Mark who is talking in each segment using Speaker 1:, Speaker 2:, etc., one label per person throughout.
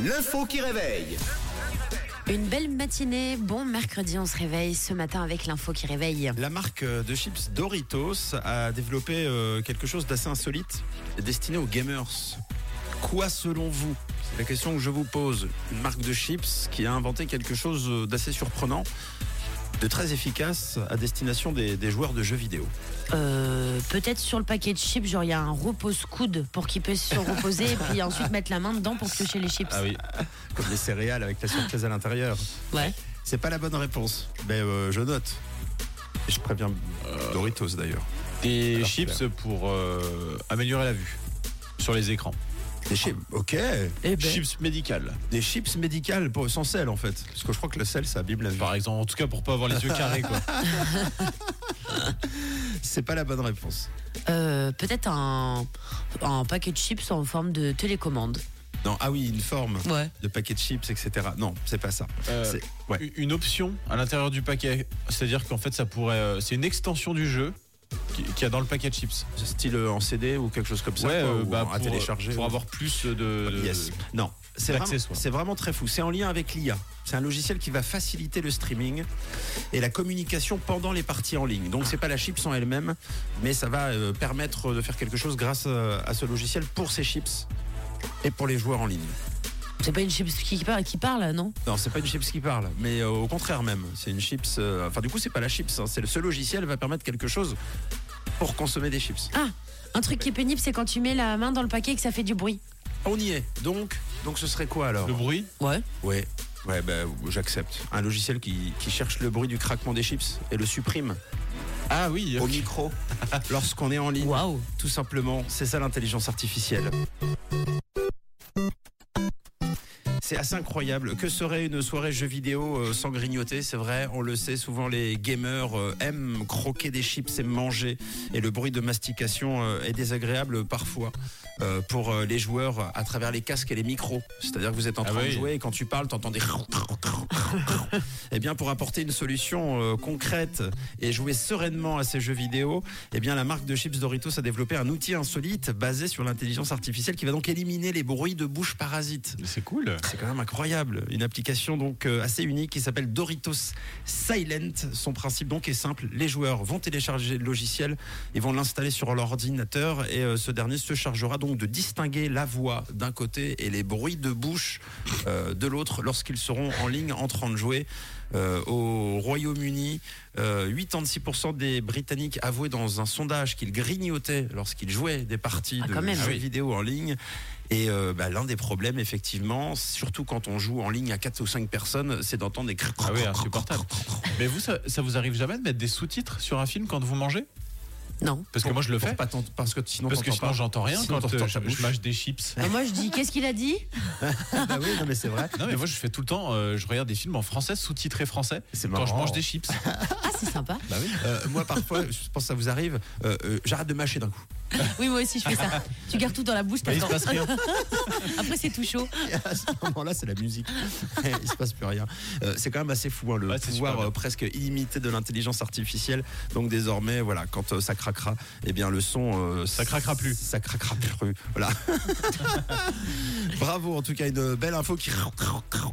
Speaker 1: L'info qui réveille.
Speaker 2: Une belle matinée, bon mercredi, on se réveille ce matin avec l'info qui réveille.
Speaker 3: La marque euh, de chips Doritos a développé euh, quelque chose d'assez insolite destiné aux gamers. Quoi selon vous C'est la question que je vous pose. Une marque de chips qui a inventé quelque chose euh, d'assez surprenant, de très efficace à destination des, des joueurs de jeux vidéo.
Speaker 2: Euh, Peut-être sur le paquet de chips, genre il y a un repose-coude pour qu'il puisse se reposer et puis ensuite mettre la main dedans pour piocher les chips.
Speaker 4: Ah
Speaker 3: oui, comme les céréales avec la surprise à l'intérieur.
Speaker 2: Ouais.
Speaker 3: C'est pas la bonne réponse. Mais euh, je note. Et je préviens euh, Doritos d'ailleurs.
Speaker 4: Des
Speaker 3: Alors,
Speaker 4: chips pour euh, améliorer la vue sur les écrans.
Speaker 3: Des chips, ok.
Speaker 2: Eh ben.
Speaker 4: Chips médicales,
Speaker 3: Des chips médicales pour, sans sel en fait. Parce que je crois que le sel ça abîme la vue.
Speaker 4: par exemple. En tout cas, pour pas avoir les yeux carrés, quoi.
Speaker 3: C'est pas la bonne réponse.
Speaker 2: Euh, Peut-être un, un paquet de chips en forme de télécommande.
Speaker 3: Non, ah oui, une forme
Speaker 2: Ouais.
Speaker 3: de paquet de chips, etc. Non, c'est pas ça.
Speaker 4: Euh,
Speaker 3: C'est- ouais.
Speaker 4: Une option à l'intérieur du paquet. C'est-à-dire qu'en fait, ça pourrait. euh, C'est une extension du jeu qui- qu'il y a dans le paquet de chips.
Speaker 3: Style euh, en CD ou quelque chose comme ça, quoi,
Speaker 4: euh,
Speaker 3: ou
Speaker 4: bah,
Speaker 3: en- à
Speaker 4: pour,
Speaker 3: télécharger.
Speaker 4: Pour
Speaker 3: ou-
Speaker 4: avoir plus de. de-
Speaker 3: Yes. Non, c'est vraiment,
Speaker 4: d'accessoires.
Speaker 3: c'est vraiment très fou. C'est en lien avec l'IA. C'est un logiciel qui va faciliter le streaming et la communication pendant les parties en ligne. Donc c'est pas la chips en elle-même, mais ça va euh, permettre de faire quelque chose grâce euh, à ce logiciel pour ces chips et pour les joueurs en ligne.
Speaker 2: C'est pas une chips qui parle, qui parle non
Speaker 3: Non, c'est pas une chips qui parle, mais euh, au contraire même. C'est une chips. euh, Enfin, du coup, c'est pas la chips. hein. C'est le- ce logiciel va permettre quelque chose pour consommer des chips.
Speaker 2: Ah un truc qui est pénible, c'est quand tu mets la main dans le paquet et que ça fait du bruit.
Speaker 3: On y est. Donc, donc, ce serait quoi alors
Speaker 4: Le bruit
Speaker 2: Ouais.
Speaker 3: Ouais. Ouais, bah, j'accepte. Un logiciel qui, qui cherche le bruit du craquement des chips et le supprime
Speaker 4: Ah oui.
Speaker 3: au micro lorsqu'on est en ligne.
Speaker 2: Waouh.
Speaker 3: Tout simplement, c'est ça l'intelligence artificielle. C'est assez incroyable. Que serait une soirée jeux vidéo euh, sans grignoter C'est vrai, on le sait, souvent les gamers euh, aiment croquer des chips et manger. Et le bruit de mastication euh, est désagréable parfois euh, pour euh, les joueurs à travers les casques et les micros. C'est-à-dire que vous êtes en
Speaker 4: Ah
Speaker 3: train de
Speaker 4: oui.
Speaker 3: jouer et quand tu parles, t'entends des... Eh bien, pour apporter une solution euh, concrète et jouer sereinement à ces jeux vidéo, eh bien, la marque de chips Doritos a développé un outil insolite basé sur l'intelligence artificielle qui va donc éliminer les bruits de bouche parasites.
Speaker 4: C'est cool.
Speaker 3: C'est quand même incroyable. Une application donc euh, assez unique qui s'appelle Doritos Silent. Son principe donc est simple. Les joueurs vont télécharger le logiciel et vont l'installer sur leur ordinateur et euh, ce dernier se chargera donc de distinguer la voix d'un côté et les bruits de bouche euh, de l'autre lorsqu'ils seront en ligne en train de jouer. Euh, au Royaume-Uni, euh, 86% des Britanniques avouaient dans un sondage qu'ils grignotaient lorsqu'ils jouaient des parties
Speaker 2: Ah,
Speaker 3: de
Speaker 2: quand même.
Speaker 3: jeux
Speaker 2: Ah oui.
Speaker 3: vidéo en ligne. Et euh, bah, l'un des problèmes, effectivement, surtout quand on joue en ligne à 4 ou 5 personnes, c'est d'entendre des cr-
Speaker 4: Ah oui, insupportable. Mais vous, ça, ça vous arrive jamais de mettre des sous-titres sur un film quand vous mangez
Speaker 2: Non.
Speaker 4: Parce que moi, je le
Speaker 3: Pour
Speaker 4: fais.
Speaker 3: pas t'ent- parce que sinon,
Speaker 4: Parce que
Speaker 3: t'entends
Speaker 4: sinon,
Speaker 3: pas.
Speaker 4: j'entends rien
Speaker 3: Sinon,
Speaker 4: quand
Speaker 3: t'entends ta
Speaker 4: euh, je,
Speaker 3: bouche.
Speaker 4: je mâche des chips.
Speaker 2: Bah, moi je dis, qu'est-ce qu'il a dit
Speaker 3: Bah oui, non, mais c'est vrai.
Speaker 4: Non mais moi je fais tout le temps, euh, je regarde des films en français sous-titrés français
Speaker 3: C'est
Speaker 4: quand je
Speaker 3: marrant.
Speaker 4: mange des chips.
Speaker 2: Ah c'est sympa.
Speaker 4: bah oui.
Speaker 3: Euh, moi, parfois, je pense que ça vous arrive, euh, euh, j'arrête de mâcher d'un coup.
Speaker 2: Oui moi aussi je fais ça. Tu gardes tout dans la bouche,
Speaker 4: Bah, il se
Speaker 2: t'attends.
Speaker 4: passe rien.
Speaker 2: Après c'est tout chaud.
Speaker 3: Et à ce moment-là, c'est la musique. Il se passe plus rien. Euh, c'est quand même assez fou, hein, le
Speaker 4: Ouais, c'est
Speaker 3: pouvoir
Speaker 4: super
Speaker 3: euh, presque illimité de l'intelligence artificielle. Donc désormais, voilà, quand euh, ça craquera, eh bien le son, euh,
Speaker 4: Ça craquera plus.
Speaker 3: Ça craquera plus. Voilà. Bravo, en tout cas, une belle info qui,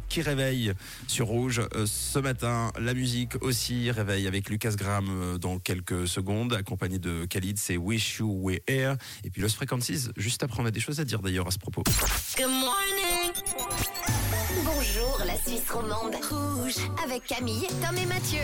Speaker 3: qui réveille sur Rouge euh, ce matin. La musique aussi réveille avec Lucas Graham euh, dans quelques secondes, accompagné de Khalid. C'est Wish You Were Here. Et puis Los Frequencies, juste après, on a des choses à dire d'ailleurs à ce propos.
Speaker 5: Bonjour la Suisse romande. Rouge avec Camille, Tom et Mathieu.